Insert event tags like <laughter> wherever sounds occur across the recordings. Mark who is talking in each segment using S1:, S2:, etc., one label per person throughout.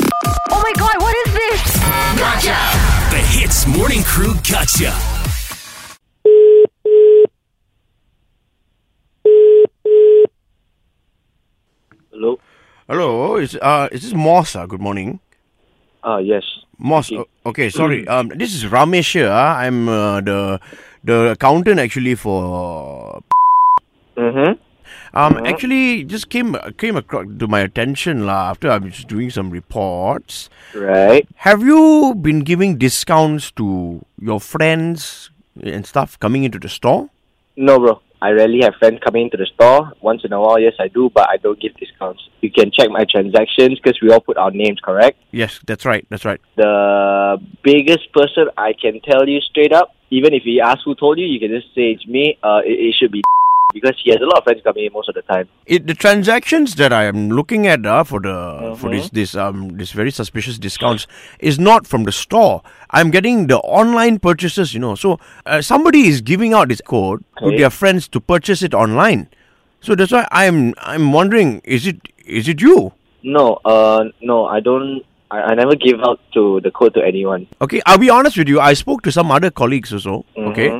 S1: Oh my god, what is this?
S2: The Hits Morning Crew Gotcha.
S3: Hello.
S4: Hello, is uh is this Moss? Uh, good morning,
S3: Ah yes.
S4: Moss. o- Okay, sorry. Um, this is Ramesh here. ah. I'm uh, the the accountant actually for.
S3: Mm-hmm.
S4: Um, actually, just came came across to my attention lah. After I'm just doing some reports.
S3: Right.
S4: Have you been giving discounts to your friends and stuff coming into the store?
S3: No, bro. I rarely have friends coming into the store. Once in a while, yes, I do, but I don't give discounts. You can check my transactions because we all put our names, correct?
S4: Yes, that's right. That's right.
S3: The biggest person I can tell you straight up, even if he asks who told you, you can just say it's me. Uh, it, it should be <laughs> because he has a lot of friends coming in most of the time.
S4: It, the transactions that I am looking at uh, for the for this this um this very suspicious discounts is not from the store. I'm getting the online purchases, you know. So uh, somebody is giving out this code to
S3: Okay.
S4: their friends to purchase it online. So that's why I'm I'm wondering is it is it you?
S3: No, uh, no, I don't. I, I never give out to the code to anyone.
S4: Okay, I'll be honest with you. I spoke to some other colleagues also. Okay.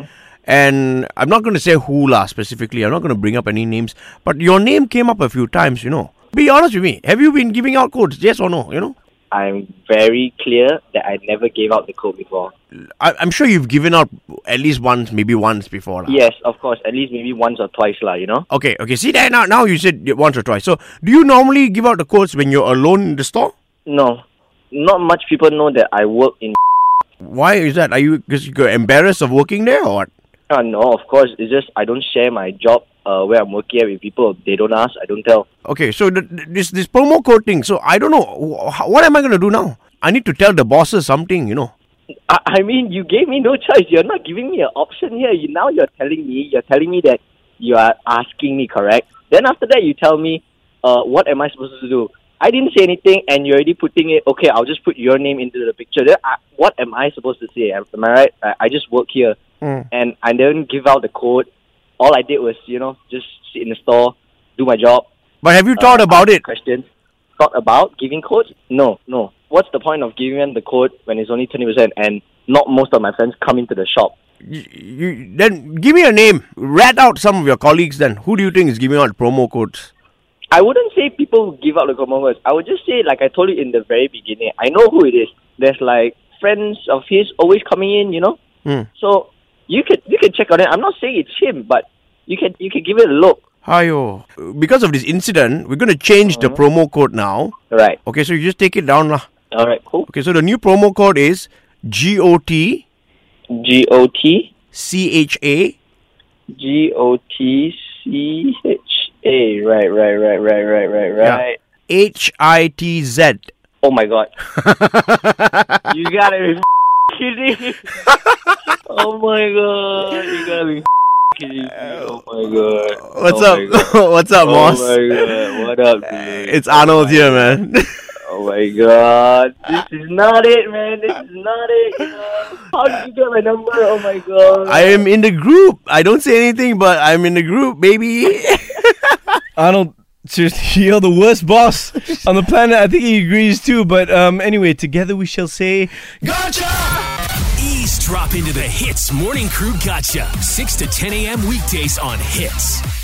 S4: And I'm not going to say who lah specifically. I'm not going to bring up any names. But your name came up a few times, you know. Be honest with me. Have you been giving out codes? Yes or no? You know.
S3: I'm very clear that I never gave out the code before.
S4: I, I'm sure you've given out at least once, maybe once before. lah.
S3: Yes, of course. At least maybe once or twice, lah. You know.
S4: Okay, okay. See that now now you said it once or twice. So do you normally give out the codes when you're alone in the store?
S3: No, not much people know that I work in. <laughs>
S4: Why is that? Are you because you're embarrassed of working there or what?
S3: Uh, no, of course. It's just I don't share my job uh, where I'm working at with people. They don't ask. I don't tell.
S4: Okay, so the, the- this this promo code thing. So I don't know wh- how- what am I going to do now. I need to tell the bosses something, you know.
S3: I, I mean, you gave me no choice. You're not giving me an option here. You, now you're telling me. You're telling me that you are asking me, correct? Then after that, you tell me, uh, what am I supposed to do? I didn't say anything, and you're already putting it. Okay, I'll just put your name into the picture. Then I, what am I supposed to say? Am am I right? I, I just work here. and I didn't give out the code. All I did was, you know, just sit in the store, do my job.
S4: But have you thought
S3: uh,
S4: about
S3: ask
S4: it?
S3: Questions. Thought about giving codes? No, no. What's the point of giving them the code when it's only twenty percent and not most of my friends come into the shop?
S4: You, you, then give me a name. Rat out some of your colleagues. Then who do you think is giving out promo codes?
S3: I wouldn't say people who give out the common words. I would just say, like I told you in the very beginning, I know who it is. There's like friends of his always coming in, you know.
S4: Hmm.
S3: So you could you can check on it. I'm not saying it's him, but you can you can give it a look,
S4: Hiyo. Because of this incident, we're going to change the promo code now.
S3: right?
S4: Okay, so you just take it down. lah.
S3: All right, cool.
S4: Okay, so the new promo code is G O T
S3: G O T
S4: C H A
S3: G O T C H A. Right, right, right, right, right, right,
S4: Yeah.
S3: right.
S4: H I
S3: <laughs>
S4: T Z.
S3: Oh my god. you gotta be
S4: <laughs>
S3: kidding. oh my god. You gotta be kidding. me. Oh my god.
S4: What's
S3: Oh my
S4: <laughs>
S3: God.
S4: up? What's up,
S3: Oh
S4: Moss?
S3: my god. What up, dude?
S4: <laughs> It's Arnold here, man. <laughs>
S3: Oh my god. This is not it, man. This is not it. you know. How did you get my number? Oh my god.
S4: I am in the group. I don't say anything, but I'm in the group, baby. <laughs>
S5: Arnold, seriously, <laughs> you're the worst boss on the planet. I think he agrees too. But um, anyway, together we shall say.
S2: Eavesdrop into the Hits Morning Crew Gotcha. 6 to 10 a.m. weekdays on Hits.